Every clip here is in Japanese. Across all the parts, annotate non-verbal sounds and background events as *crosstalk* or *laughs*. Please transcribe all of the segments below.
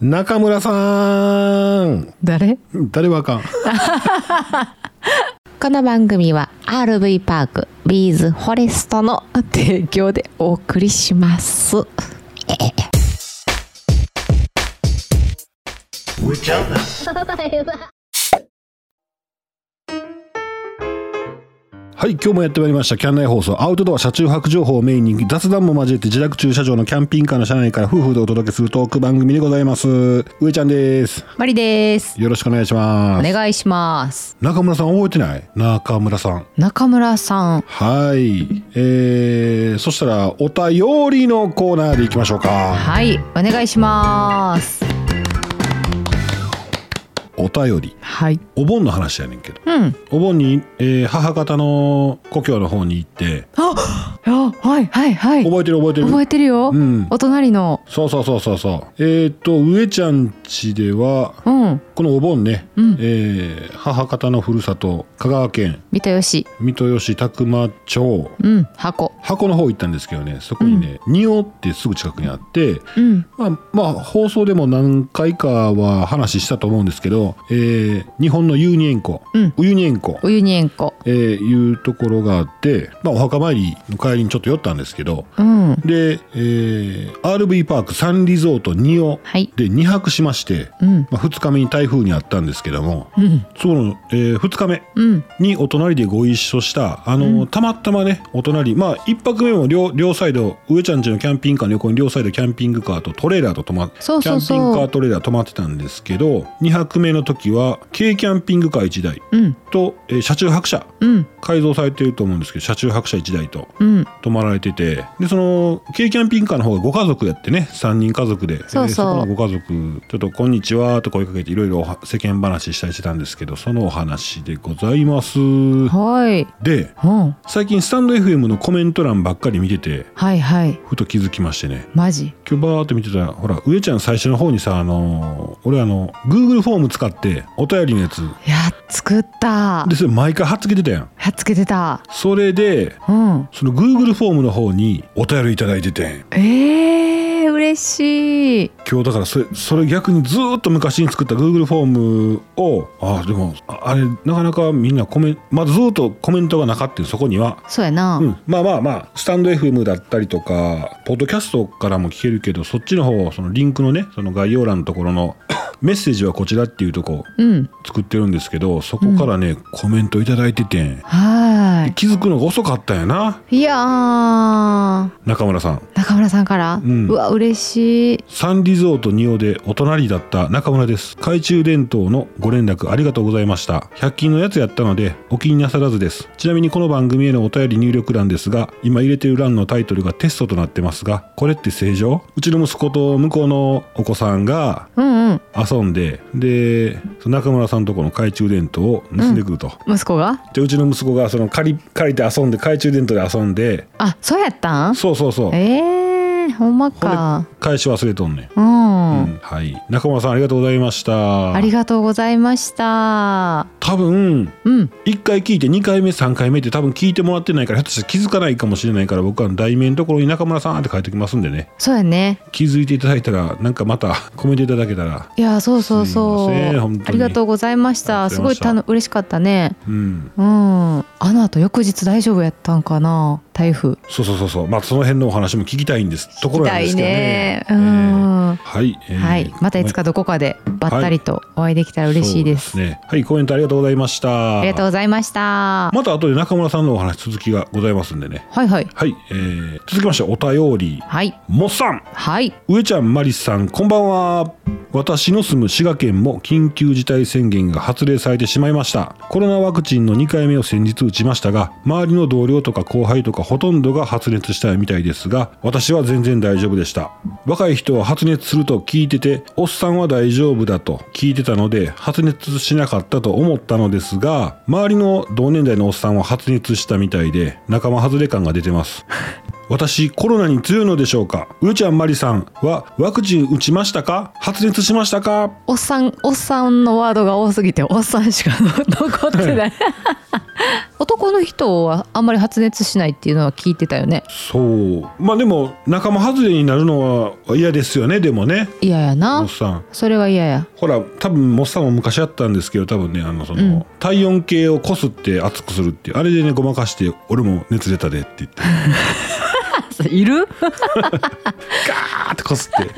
中村さん誰誰はあかん。この番組は RV パークビーズフォレストの提供でお送りします。はい、今日もやってまいりました。キャン内放送、アウトドア車中泊情報をメインに雑談も交えて自宅駐車場のキャンピングカーの車内から夫婦でお届けするトーク番組でございます。上ちゃんです。マリです。よろしくお願いしまおす。願いします。中村さん覚えてない中村さん。中村さん。はい。えー、そしたら、お便りのコーナーでいきましょうか。はい、お願いします。お便り。はい。お盆の話やねんけど。うん。お盆に、えー母方の故郷の方に行って、あ、あはいはいはい。覚えてる覚えてる。覚えてるよ。うん。お隣の。そうそうそうそうそう。えっ、と、上ちゃん家では、うん。このお盆ね、うんえー母方のふるさと香川県三田よし。三豊市宅間町うん。箱。箱の方行ったんですけどねそこにね仁王、ってすぐ近くにあって、うん。まあ、まあ放送でも何回かは話したと思うんですけど、えー日本の湯に円湖うん湯に円湖お湯にえんこ。えーいうところがあって、まあ、お墓参りの帰りにちょっと寄ったんですけどうん。で、えー RV パークサンリゾート仁王はい。で2泊しまして、うん。まあ、2日目に台風にあったんですけどもうん。その、え2日目うん。にお隣でご一緒したあの、たまたまねお隣まあ1泊目も両両サイド上ちゃんちのキャンピングカーの横に両サイドキャンピングカーとトレーラーと泊まってそうそうそうキャンピングカートレーラー泊まってたんですけど2泊目の時は軽キャンピングカー1台うん。と、えー車中泊車うん。改造されてると思うんですけど車中泊車1台とうん。泊まられててでその軽キャンピングカーの方がご家族やってね3人家族でそうそうでこのご家族ちょっと「こんにちは」と声かけていろいろおは世間話したりしてたんですけどそのお話でございますはい。でうん。最近スタンド FM のコメント欄ばっかり見ててはいはい。ふと気づきましてねマジ。今日バーって見てたらほら上ちゃん最初の方にさあのー俺あの Google フォーム使ってお便りのやついや、作ったで。それ毎回貼っつけてたやんやっつけてた。それでうん。その Google フォームの方にお便りいただいててんええー、嬉しい。今日だからそれそれ逆にずーっと昔に作った Google フォームをあでもああれなかなかみんなコメンまあずーっとコメントがなかったよそこには、そうやな。うん、まあまあまあスタンド FM だったりとかポッドキャストからも聞けるけどそっちの方そのリンクのねその概要欄のところの *coughs* メッセージはこちらっていうとこうん。作ってるんですけどそこからね、コメントいただいててんはー。気づくのが遅かったんやないいやー。中村さん中村さんから、うんわ嬉しいサンリゾート仁王でお隣だった中村です。懐中電灯のご連絡ありがとうございました。100均のやつやったのでお気になさらずです。ちなみにこの番組へのお便り入力欄ですが、今入れてる欄のタイトルがテストとなってますが、これって正常うちの息子と向こうのお子さんがうんうん遊んで、で、その中村さんとこの懐中電灯を盗んでくると。息子がで、うちの息子がその借り、借りて遊んで、懐中電灯で遊んで、あそうやったんそうそうそう。えー、ほんまほんでか返し忘れとんねん。うん、うんはい、中村さんありがとうございましたありがとうございました多分うん1回聞いて2回目3回目って多分聞いてもらってないからひょっとしたら気づかないかもしれないから僕は題名のところに「中村さん」って書いておきますんでねそうやね気づいていただいたらなんかまたコメントいただけたらいやそうそうそうすいません本当にありがとうございましたありすがとうございまごいしたたの嬉しかったねうんうんあの後翌日大丈夫やったんかな台風そうそうそうそうまあその辺のお話も聞きたいんですところなんですけどね聞きたいねうえんーはい、えーはいまたいつかどこかでばったりとお会いできたら嬉しいです,、そうねはいコメントありがとうございましたありがとうございましたまた後で中村さんのお話続きがございますんでねはいはいはい、えー続きましてお便りはいもっさんはい上ちゃんマリスさんこんばんは私の住む滋賀県も緊急事態宣言が発令されてしまいましたコロナワクチンの2回目を先日打ちましたが周りの同僚とか後輩とかほとんどが発熱したみたいですが私は全然大丈夫でした若い人は発熱すると聞いてておっさんは大丈夫だと聞いてたので発熱しなかったと思ったのですが周りの同年代のおっさんは発熱したみたいで仲間外れ感が出てます私コロナに強いのでしょうかうーちゃんまりさんはワクチン打ちましたか発熱しましたか *laughs* おっさんおっさんのワードが多すぎておっさんしか残ってない男の人はあんまり発熱しないっていうのは聞いてたよねそうまあでも仲間外れになるのは嫌ですよねでもね嫌やモなッさんそれは嫌やほら多分モッさんも昔やったんですけど多分ねあのその、うん体温計をこすって熱くするっていうあれでねごまかして俺も熱出たでって言って *laughs* いるガーってこす *laughs* って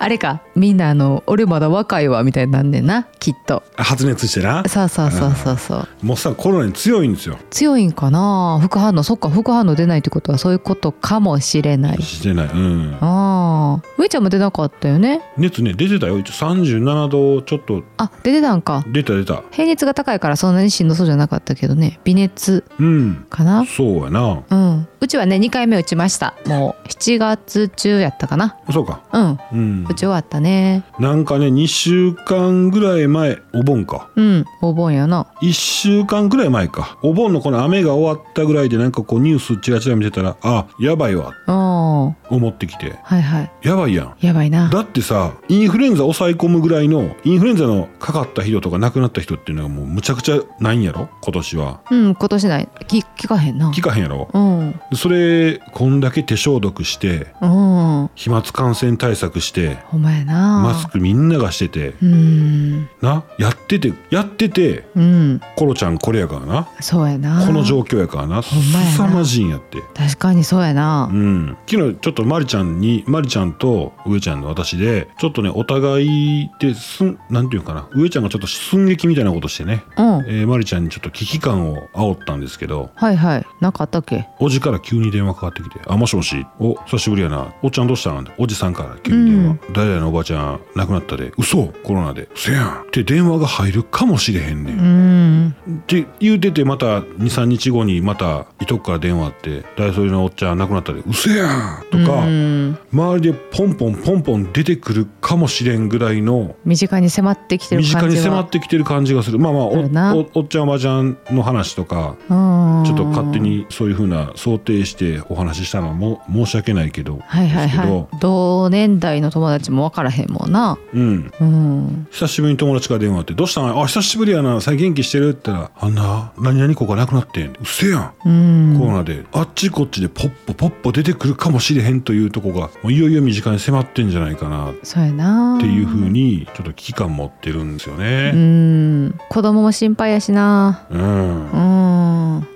あれかみんなあの俺まだ若いわみたいになんねんなきっと発熱してなそうそうそうそうそうモッさんコロナに強いんですよ強いんかな副反応そっか副反応出ないってことはそういうことかもしれないしてないうんああ上ちゃんも出なかったよね熱ね出てたよ一応37度ちょっとあ出てたんか出た出た平熱が高いからそんなにしんどそうじゃなかったけどね微熱うんかなそうやなうんうちはね2回目打ちましたもう7月中やったかなそうかうんうん打ち終わったねなんかね2週間ぐらい前お盆かうんお盆やな1週間ぐらい前かお盆のこの雨が終わったぐらいでなんかこうニュースチラチラ見てたらあやばいわあ思ってきてあはいはいやばいやんやばいなだってさインフルエンザ抑え込むぐらいのインフルエンザのかかった人とか亡くなった人っていうのがもうむちゃくちゃないんやろ今年はうん今年ないき聞かへんな聞かへんやろうんそれこんだけ手消毒してうん飛沫感染対策してほんまやなマスクみんながしててうんなやっててやっててうんコロちゃんこれやからなそうやなこの状況やからなすんまやなさまじいんやって。確かにそうやなうん、昨日ちょっとマリちゃんにマリちゃんと上ちゃんの私でちょっとねお互いですんなんていうかな上ちゃんがちょっと寸劇みたいなことしてね、うんえー、マリちゃんにちょっと危機感を煽ったんですけどはいはいなんかあったっけおじから急に電話かかってきて「あもしもしお久しぶりやなおっちゃんどうしたん?」っておじさんから急に電話「誰々のおばちゃん亡くなったで嘘コロナでせやん」って電話が入るかもしれへんねんうんって言うててまた23日後にまたいとこから電話あって「大それのおっちゃん亡くなったでうせやん!」とか、うん周りでポンポンポンポン出てくるかもしれんぐらいの身近に迫ってきてる身近感にじ迫はってきてる感じがするまあまあおあるなおおっちゃんおばちゃんの話とかうんちょっと勝手にそういうふうな想定してお話ししたのはも申し訳ないけど、はいはいですけどはい同年代の友達も分からへんもんなうん、うん久しぶりに友達から電話あって「どうしたんあ久しぶりやな最近元気してる?」って言ったら「あんな何々子が亡くなってん」うせやんうんコロナであっちこっちでポッポポッポ出てくるかもしれへんというとこがもういよいよ身近に迫ってんじゃないかなっそうやなていうふうにちょっと危機感持ってるんですようね。ん子供も心配やしなうん、う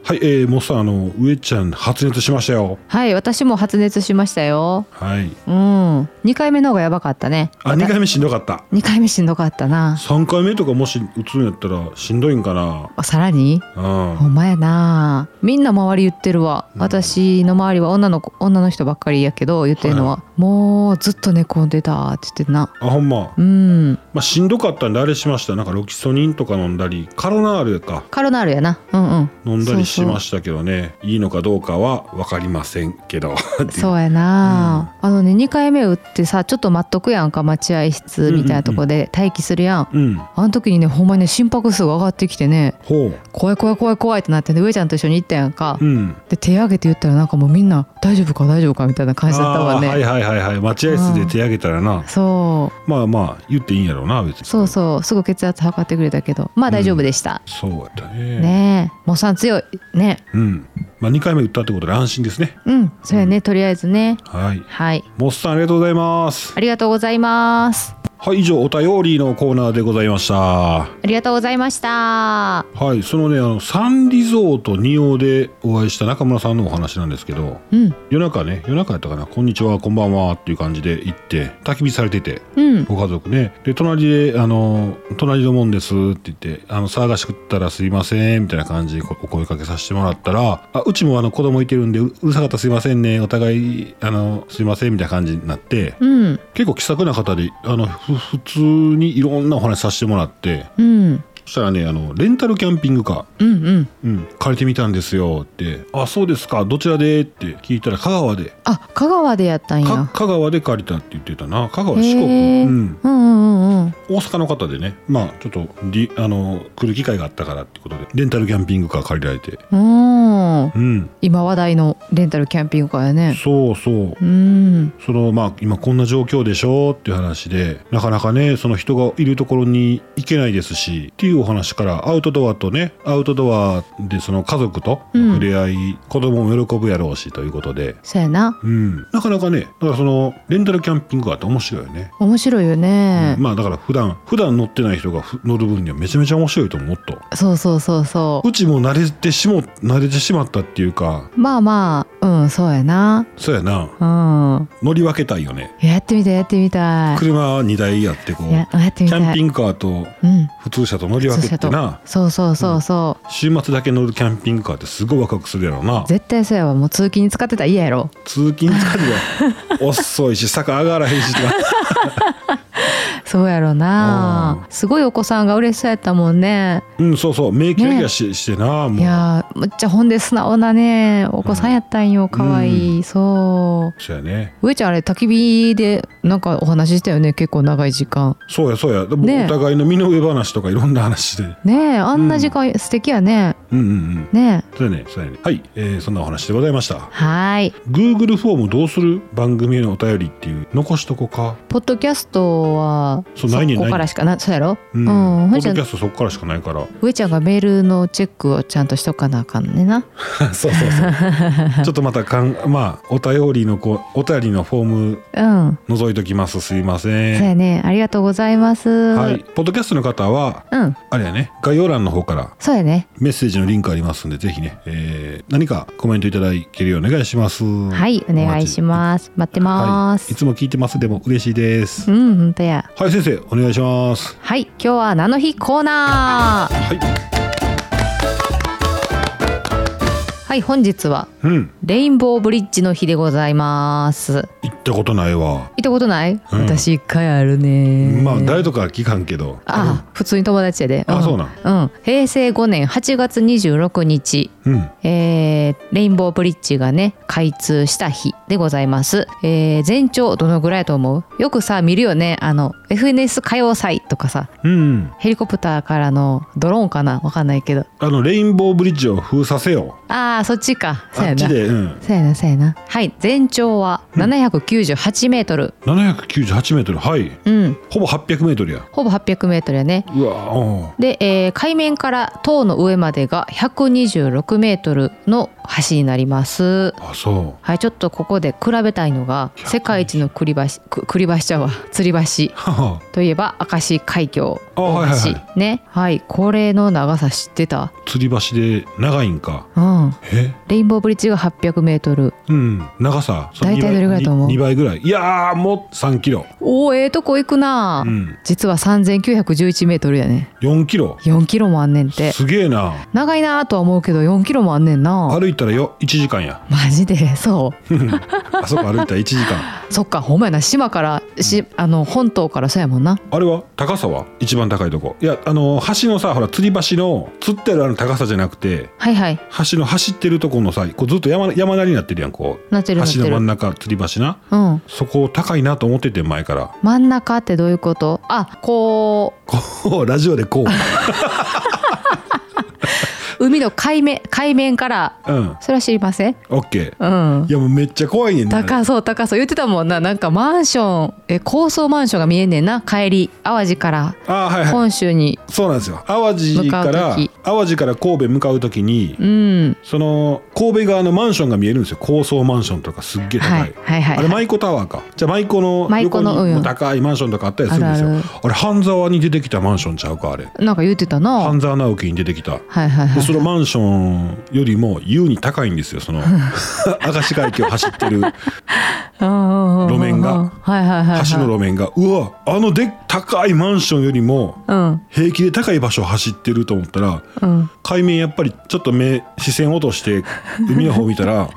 はい、んえー、もうさあの上ちゃん発熱しましたよ。はい私も発熱しましたよはい。うん2回目の方がやばかったねあ、二回目しんどかった。 2回目しんどかったな三回目とかもし打つんやったらしんどいんかな。あさらにうん。ほんまやなみんな周り言ってるわ、うん私の周りは女の子女の人ばっかりやけど言ってるのは、もうずっと寝込んでたって言ってなあ、ほんま。うんまあ、しんどかったんであれしました。なんかロキソニンとか飲んだり、カロナールかカロナールやなうんうん飲んだりしまししたけどね。いいのかどうかはわかりませんけど。っていうそうやな、あのね2回目打ってさちょっと待っとくやんか待合室みたいなとこで待機するやん,、 *laughs* うん。あの時にねほんまにね心拍数が上がってきてねほう。怖い怖い怖い怖いってなってね上ちゃんと一緒に行ったやんか、うん。で手挙げて言ったらなんかもうみんな大丈夫か大丈夫かみたいな感じだったわね、あーはいはいはいはい。待合室で手挙げたらな。そうまあまあ、言っていいんやろうな、別に。そうそうすぐ血圧測ってくれたけどまあ大丈夫でした、そうやったね。ねえモッさん強いねうん。まあ、2回目打ったってことで安心ですね。うんそうやね、とりあえずねはい。はいモスさんありがとうございます。ありがとうございますはい、以上、お便りのコーナーでございました。はありがとうございましたい、そのね、あの、サンリゾート仁王でお会いした中村さんのお話なんですけど、うん夜中ね、夜中やったかな、こんにちは、こんばんはっていう感じで行って、焚き火されてて、うんご家族ね。で、隣で、あの、隣のもんですって言って、あの、騒がしくったらすいません、みたいな感じでこお声かけさせてもらったら、あ、うちもあの、子供いてるんで、ううるさかったらすいませんね、お互い、あの、すいません、みたいな感じになって、うん結構気さくな方で、あの、ふ普通にいろんなお話させてもらって、うんそしたらね、あの、レンタルキャンピングカー、うんうんうん、借りてみたんですよって、あ、そうですか、どちらでって聞いたら、香川で、あ香川でやったんかや香川で借りたって言ってたな、香川へ四国、えうん、うんうんうんうん大阪の方でねまあちょっとリあの来る機会があったからってことでレンタルキャンピングカー借りられてうんうん今話題のレンタルキャンピングカーやねそうそううんそのまあ今こんな状況でしょうっていう話でなかなかねその人がいるところに行けないですしっていうお話からアウトドアとねアウトドアでその家族とうん触れ合い、子供も喜ぶやろうしということで。そうやなうん、なかなかねだからそのレンタルキャンピングカーって面白いよね、面白いよね、まあだから普段普段乗ってない人がふ乗る分にはめちゃめちゃ面白いと思うもっとそうそうそうそううちも慣れてしも慣れてしまったっていうかまあまあうんそうやなそうやなうん乗り分けたいよねやってみたいやってみたい車2台やってこうややってキみたいャンピングカーとうん普通車と乗り分けってなそうそうそうそう、週末だけ乗るキャンピングカーってすごいワクワクするやろうな絶対そうやわもう通勤に使ってたら嫌やろ通勤時間が遅 *laughs* いし坂上がらへんしとかそうやろなすごいお子さんが嬉しそうやったもんねうんそうそう免疫力がし,、してなもいうやーむっちゃほんで素直なねお子さんやったんよかわいい、そうそうやね上ちゃんあれ焚き火でなんかお話ししたよね結構長い時間そうやそうやでもねお互いの身の上話とかいろんな話でねえあんな時間素敵やね、うんうんうんねえそうやねそうやねはい、えーそんなお話でございましたはーい Google フォームどうする番組へのお便りっていう残しとこかポッドキャストはそうないねんこからしかなそうやろうん、うんポほッいじドゃキャストそこからしかないから *laughs* 上ちゃんがメールのチェックをちゃんとしとかなあかんねんなそうそうそうちょっとまたかん *laughs* まあお便りのこうお便りのフォームうん覗いときますすいまそうせんやねありがとうございますはいポッドキャストの方はうんあれやね概要欄の方からそうやねメッセージのリンクありますんでぜひね、えー何かコメントいただけるようお願いしますはいお願いします待ってまはい、いす、つも聞いてますでも嬉しいです、うん本当やはい先生お願いしますはい今日は何の日コーナーはいはい本日はうんレインボーブリッジの日でございます行ったことないわ行ったことない、うん私一回あるねまあ誰とかは聞かんけどあ普通に友達やであんそうなんうん平成5年8月26日うんえーレインボーブリッジがね開通した日でございます、えー全長どのぐらいやと思うよくさ見るよねあの FNS 歌謡祭とかさうんヘリコプターからのドローンかなわかんないけどあのレインボーブリッジを封鎖せよあーそっちかそうあやっなちで、うん、そうやなそうやなはい全長は798メートル798メートルはいうんほぼ800メートルやほぼ800メートルやねうわうんで、えー海面から塔の上までが126メートルの橋になりますあそはい、ちょっとここで比べたいのが世界一の繰り橋く繰り橋ちゃうわ吊り橋うははといえば明石海峡あ大橋、はいはいはねはいこれの長さ知ってた吊り橋で長いんかうんえレインボーブリッジが800メートルうん長さその大二体倍どれぐらいだと思う二二倍ぐらいいやーもう3キロおおええとこ行くな、うん実は3911メートルやね4キロ4キロもあんねんてすげえな長いなとは思うけど4キロもあんねんな歩いたらよ1時間やマジでそあそこ歩いたら1時間うそっかほんまやな島からしあの本島からそうやもんなあれは高さは一番高いとこいやあの橋のさほら吊り橋の吊ってあるあの高さじゃなくてはいはい橋の走ってるとこのさこうずっと山山なりになってるやんこうなっ橋てるなっての真んる中吊り橋なうんそこ高いなと思ってて前から真ん中ってどういうことあここうラジオでこう、う海の海面海面から *laughs* うん、それは知りませんオッケうーんいやもうめっちゃ怖いねんなあれ高そう高そう言ってたもんななんかマンションえ高層マンションが見えんねんな帰り淡路からあーはいはい本州に、そうなんですよ淡路から向かう時淡路から神戸向かう時に、うんその神戸側のマンションが見えるんですよ高層マンションとかすっげえ高い、はいはいはいあれ舞妓タワーかじゃあ舞妓の舞横妓にのうんも高いマンションとかあったりするんですよああるあるれ半沢に出てきたマンションちゃうかあれなんか言ってたなはい半沢直樹に出てきたはいはでいそのマンションよりも優に高いんですよそ *laughs* の明石海峡走ってる路路面がはいはいはいはい橋の路面がうわあのでっ高いマンションよりもうん平気で高い場所を走ってると思ったらうん *laughs* 海面やっぱりちょっと目視線落として海の方見たら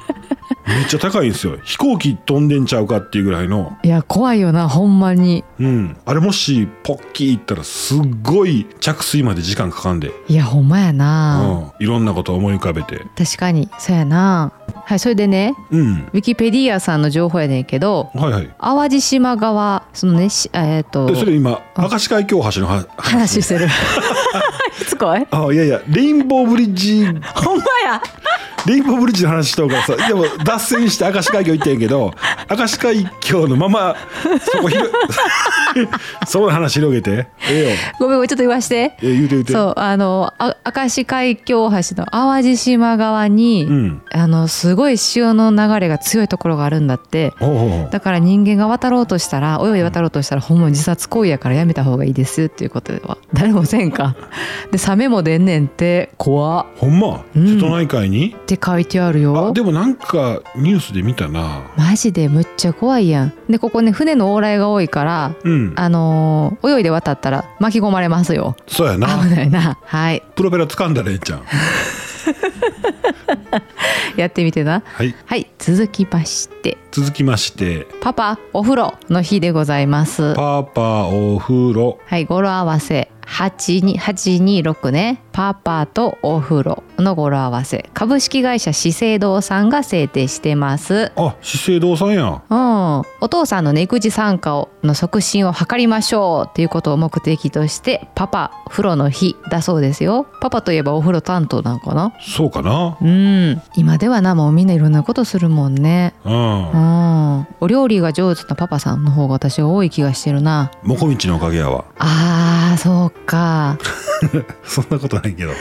めっちゃ高いんですよ飛行機飛んでんちゃうかっていうぐらいのいや怖いよなほんまにうんあれもしポッキーいったらすっごい着水まで時間かかんで、いやほんまやうな、ん、いろんなことを思い浮かべて確かにそうやなはいそれでねうんウィキペディアさんの情報やねんけどはいはい淡路島側そのねしえっ、とでそれ今明石海峡大橋の話話してるしつ *laughs* こいあいやいやレインボーブリッジほんまやレインボーブリッジの話しとうからさでも脱線して明石海峡行ったんやけ *laughs* ど明石海峡のままそこひろ *laughs* そこの話広げてええよごめんごめんちょっと言わしてええ言うて言うてそうあのあ明石海峡大橋の淡路島側に、うんあのすごい潮の流れが強いところがあるんだってほうほうほうだから人間が渡ろうとしたら泳いで渡ろうとしたらほんまに自殺行為やからやめた方がいいですよっていうことでは誰もせんかでサメも出んねんって怖っほんまうん瀬戸内海に、って書いてあるあよでもなんかニュースで見たなマジでむっちゃ怖いやんでここね船の往来が多いからうんあのー泳いで渡ったら巻き込まれますよ *laughs* そうや危なないなはいプロペラ掴んだらええちゃ *laughs* んやってみてなはいはい続きまして続きましてパパお風呂の日でございますパーパーお風呂はい、語呂合わせ82 826ねパパとお風呂の語呂合わせ株式会社資生堂さんが制定してますあ資生堂さんやうん、お父さんのね育児参加をの促進を図りましょうということを目的としてパパ風呂の日だそうですよパパといえばお風呂担当なのかなそうかなうん今ではなもうみんないろんなことするもんねうんうんお料理が上手なパパさんの方が私は多い気がしてるなもこみちのおかげやわあーそうか *laughs* *laughs* そんなことないけど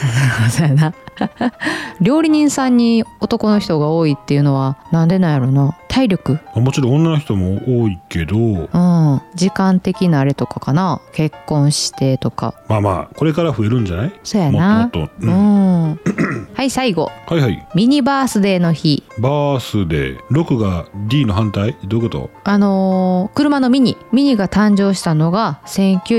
そうやな *laughs* 料理人さんに男の人が多いっていうのはなんでなんやろな体力あもちろん女の人も多いけどうん時間的なあれとかかな結婚してとかまあまあこれから増えるんじゃないそうやもなっともっと、ううんんはい最後はいはいミニバースデーの日バースデー6が D の反対どういうことあのー車のミニミニが誕生したのが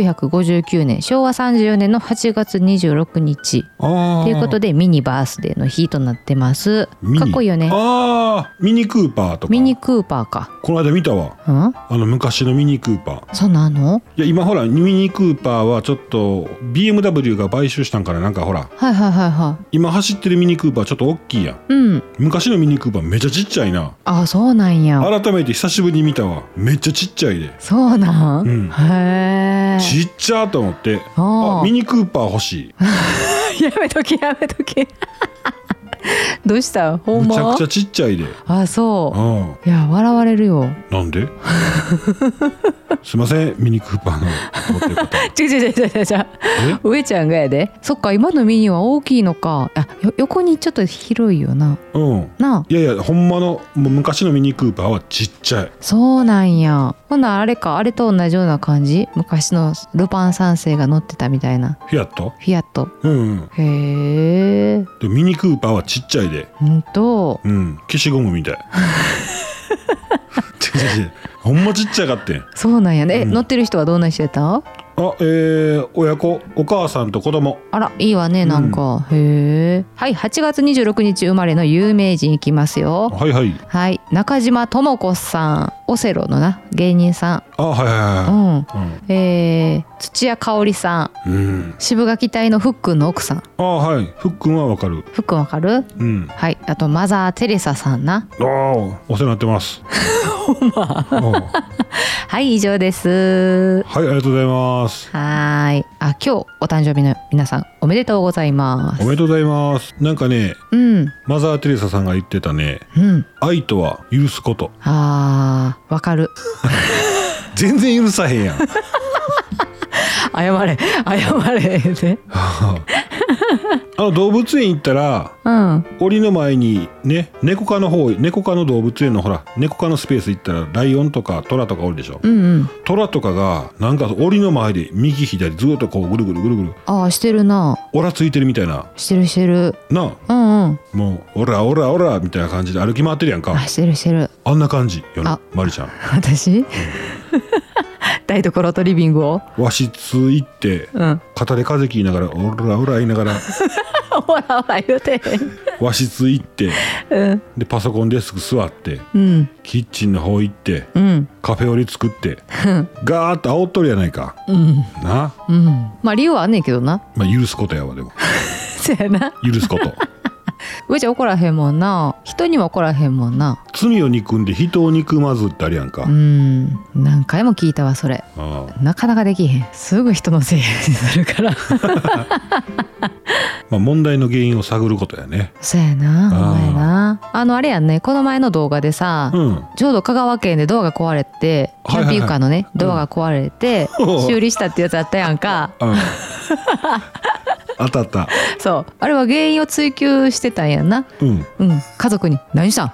1959年昭和34年の8月26日ああということでミニバースデーの日となってますミニかっこいいよねああミニクーパーとかミニクーパーかこの間見たわうんあの昔のミニクーパーそんなんあんのいや今ほらミニクーパーはちょっと BMW が買収したんからなんかほらはいはいはいはい今走ってるミニクーパーちょっと大きいやんうん。昔のミニクーパーめちゃちっちゃいなあ、そうなんや。改めて久しぶりに見たわめっちゃちっちゃいでそうなん。うんへえ。ちっちゃーと思ってあああミニクーパー欲しい *laughs* やめとけやめとけ。 *laughs* どうした？ほんむちゃまくち。ゃちっちゃいであ、そう。あいや笑われるよ。あなん *laughs* ですいませんミニクーパーの持ってる方違う違う違う違う違う。え上ちゃんがやで。そっか今のミニは大きいのか。あ、よ横にちょっと広いよな。うんなあ。いやいやほんまのもう昔のミニクーパーはちっちゃいそうなんや。ほなあれかあれと同じような感じ。昔のルパン三世が乗ってたみたいな。フィアットフィアット。うん、うん、へえ。でミニクーパーはちっちゃいでほんと。うん消しゴムみ *laughs* たい違う違う違うほんまちっちゃかってんそうなんやね。えうん乗ってる人はどんな人やった？あえー、親子お母さんと子供あらいいわねなんか、へえはい8月26日生まれの有名人いきますよはいはいはい中島智子さんオセロのな芸人さあはいんうはいはいんはいえー、土屋香織さうんん、うん、渋垣隊のフックンの奥さんあはいふっくんはわかるフックンわかるうんはいあとマザー・テレサさんなああお世話になってます *laughs* ほんまはい以上ですはいありがとうございますはーいあ今日お誕生日の皆さんおめでとうございまおすめでとうございますなんかねうんマザー・テレサさんが言ってたねうん愛とは許すことあーわかる全然許さへんやん謝れ謝れね *laughs* あの動物園行ったらうん檻の前にね猫科の方猫科の動物園のほら猫科のスペース行ったらライオンとかトラとかおるでしょうんうん。トラとかがなんか檻の前で右左ずっとこうぐるぐるぐるぐるああ、してるな。オラついてるみたいなしてるしてる。なうんうん。あもうオラオラオラみたいな感じで歩き回ってるやんかあ、してるしてる。あんな感じよあなマリちゃん私 *laughs* 台所とリビングを。和室行ってうん。 *laughs* 片手風邪聞いながらオラオラ言いながらほらほら言うて和室行ってへん。でパソコンデスク座ってうん。キッチンの方行ってうん。カフェオレ作ってガーッと煽っとるやないかうん。な、うん。まあ理由はあんねんけどな。まあ、許すことやわでもそやな。許すこと上ちゃん怒らへんもんな。人には怒らへんもんな。罪を憎んで人を憎まずってあるやんか、うん。何回も聞いたわそれ。ああなかなかできへん。すぐ人のせいにするから。まあ、問題の原因を探ることやねそうやな、あーほんまやな。あのあれやんね、この前の動画でさ、うんちょうど香川県でドアが壊れて、キはいはいはいャンピングカーのね、ドアが壊れて、うん修理したってやつあったやんか。うんあったあったそう、あれは原因を追求してたんやんな。うんうん、家族に *laughs* 何したん？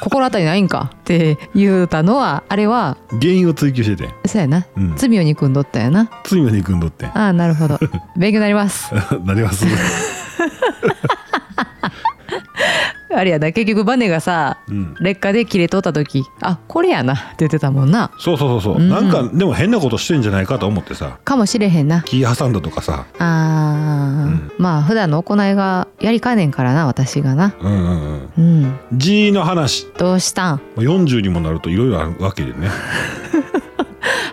心当たりないんかって言うたのは、あれは原因を追求しててんそうやな、うん罪を憎んどったやな。罪を憎んどってん *laughs* ああ、なるほど。勉強になります。なりますあれやな、結局バネがさ、うん劣化で切れとった時、あ、これやなって言ってたもんな。そうそうそうそう、うんなんかでも変なことしてんじゃないかと思ってさかもしれへんな。気挟んだとかさあー、まあ普段の行いがやりかねんからな私がなうんうんうんうん字の話どうしたんまあ40にもなるといろいろあるわけでね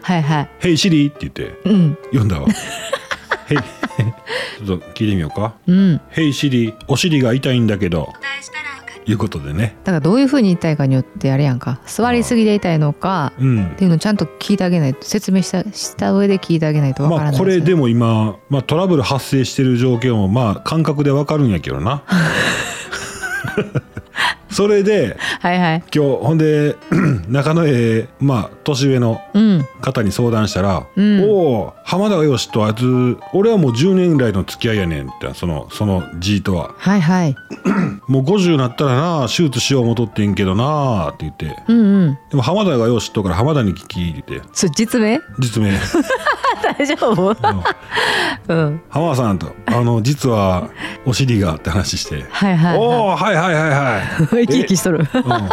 はいはい「ヘイシリ」って言ってうん読んだわ *laughs* 「ヘイ」ちょっと聞いてみようかうんだ「ヘイシリお尻が痛いんだけど」いうことでねからどういうふうに言いたいかによってあれやんか座りすぎで痛いのかうんっていうのをちゃんと聞いてあげないと説明したした上で聞いてあげないとわからまなあいこれすでよも今、まあ、トラブル発生してる状況もまあ感覚でわかるんやけど *laughs* なそれではいはい今日ほんで *clears throat* 中野へまあ年上のうん方に相談したら「うんおお浜田がよしとあいつ俺はもう10年ぐらいの付き合いやねん」ってそのその G とははいはい「もう50なったらな手術しよう思とってんけどな」って言ってうんうん「でも浜田がよしとから浜田に聞き」って言ってそれ実名 *laughs* 実名大丈夫あの *laughs* うん浜田さんと「あの実はお尻が」って話して。はいはいお *laughs* はおはいはいはいはい。い生き生きしとるうん、俺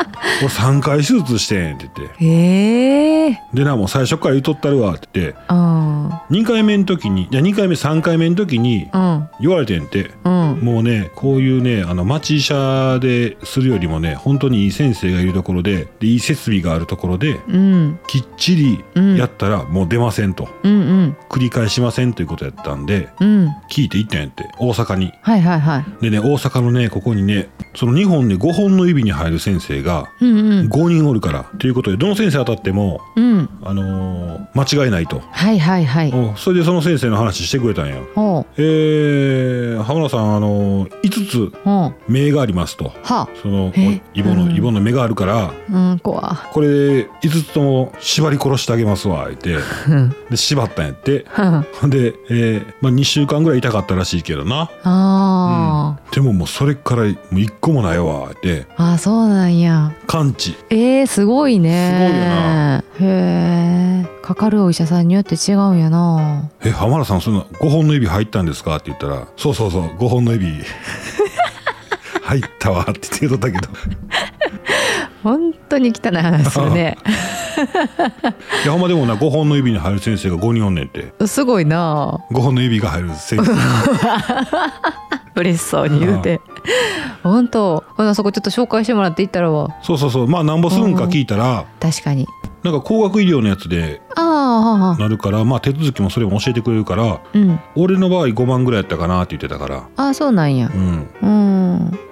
3回手術してんって言ってええー、でなもう最初から言うとったるわって言ってあ2回目の時にいや2回目3回目の時にー言われてんってうんうんもうねこういうねあの町医者でするよりもね本当にいい先生がいるところででいい設備があるところでうんきっちりうんやったらもう出ませんと、うんうん繰り返しませんということやったんでうん聞いていったんやって大阪にはいはいはいでね大阪のねここにねその2本で5本の指に入る先生がうんうん5人おるからということでどの先生当たっても、うんあのー間違いないと、はいはいはいおそれでその先生の話してくれたんやおうえー、浜田さん、あのー、5つおう目がありますとはそのえイボの、うんイボの目があるからうん怖これで5つとも縛り殺してあげますわ言ってうんで縛ったんやってあほん *laughs* で、えーまあ、2週間ぐらい痛かったらしいけどな、あでももうそれからもう1個もないわってーあそうなんや完治えー、すごいねすごいよなへえかかるお医者さんによって違うんやなえ浜田さんそんな5本の指入ったんですか?」って言ったら「そうそうそう5本の指 *laughs* 入ったわ」って言ってたけど本当に汚い話する *laughs* ねいやほんまでもな5本の指に入る先生が5人おんねんってすごいな5本の指が入る先生嬉しそうに言うて本当ほなそこちょっと紹介してもらっていったらわそうそうそうまあなんぼするんか聞いたら確かになんか工学医療のやつでああああなるからまあ手続きもそれも教えてくれるからうん俺の場合5万ぐらいやったかなって言ってたからああそうなんやうん、うん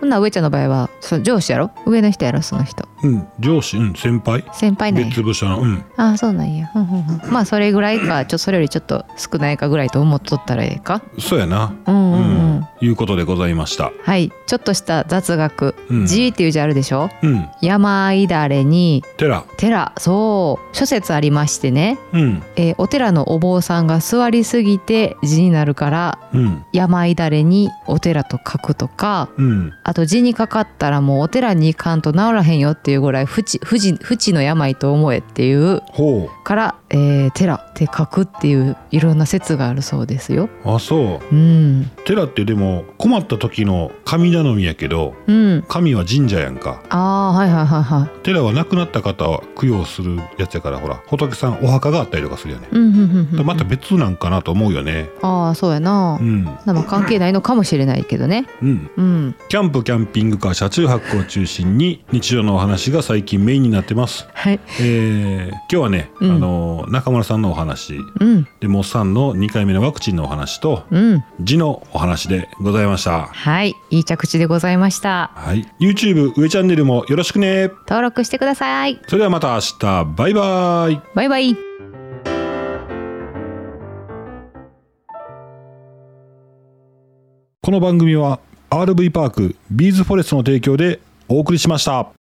ほんなら上ちゃんの場合はその上司やろ上の人やろその人うん、上司うん先輩先輩なんや別部署のうんああそうなんや、うんうんうん、まあそれぐらいかちょそれよりちょっと少ないかぐらいと思っとったらええかそうやなうんう、うんんうんいうことでございましたはいちょっとした雑学「うん字」っていう字あるでしょうん山あいだれにテラ寺そう諸説ありましてね、うんえーお寺のお坊さんが座りすぎて字になるからうん山あいだれにお寺と書くとかうんあと字にかかったらもうお寺に行かんと治らへんよっていうぐらい不治不治不治の病と思えっていうほから、えー、寺って書くっていういろんな説があるそうですよ。うあそううん、寺ってでも困った時の神頼みやけどうん、神は神社やんかああーはいはいはいはい。寺は亡くなった方は供養するやつやからほら仏さんお墓があったりとかするよね、うんうんうんうんうん。また別なんかなと思うよねああそうやな。うんまあ関係ないのかもしれないけどね。うんうん。キャンプキャンピングカー車中泊を中心に日常のお話が最近メインになってますはい。えー今日はね、うんあの中村さんのお話うんでモッさんの2回目のワクチンのお話とうん。字のお話でございましたはい。いい着地でございました。はい YouTube 上チャンネルもよろしくね登録してください。それではまた明日バイバイバイバイ。この番組は RV パークビーズフォレストの提供でお送りしました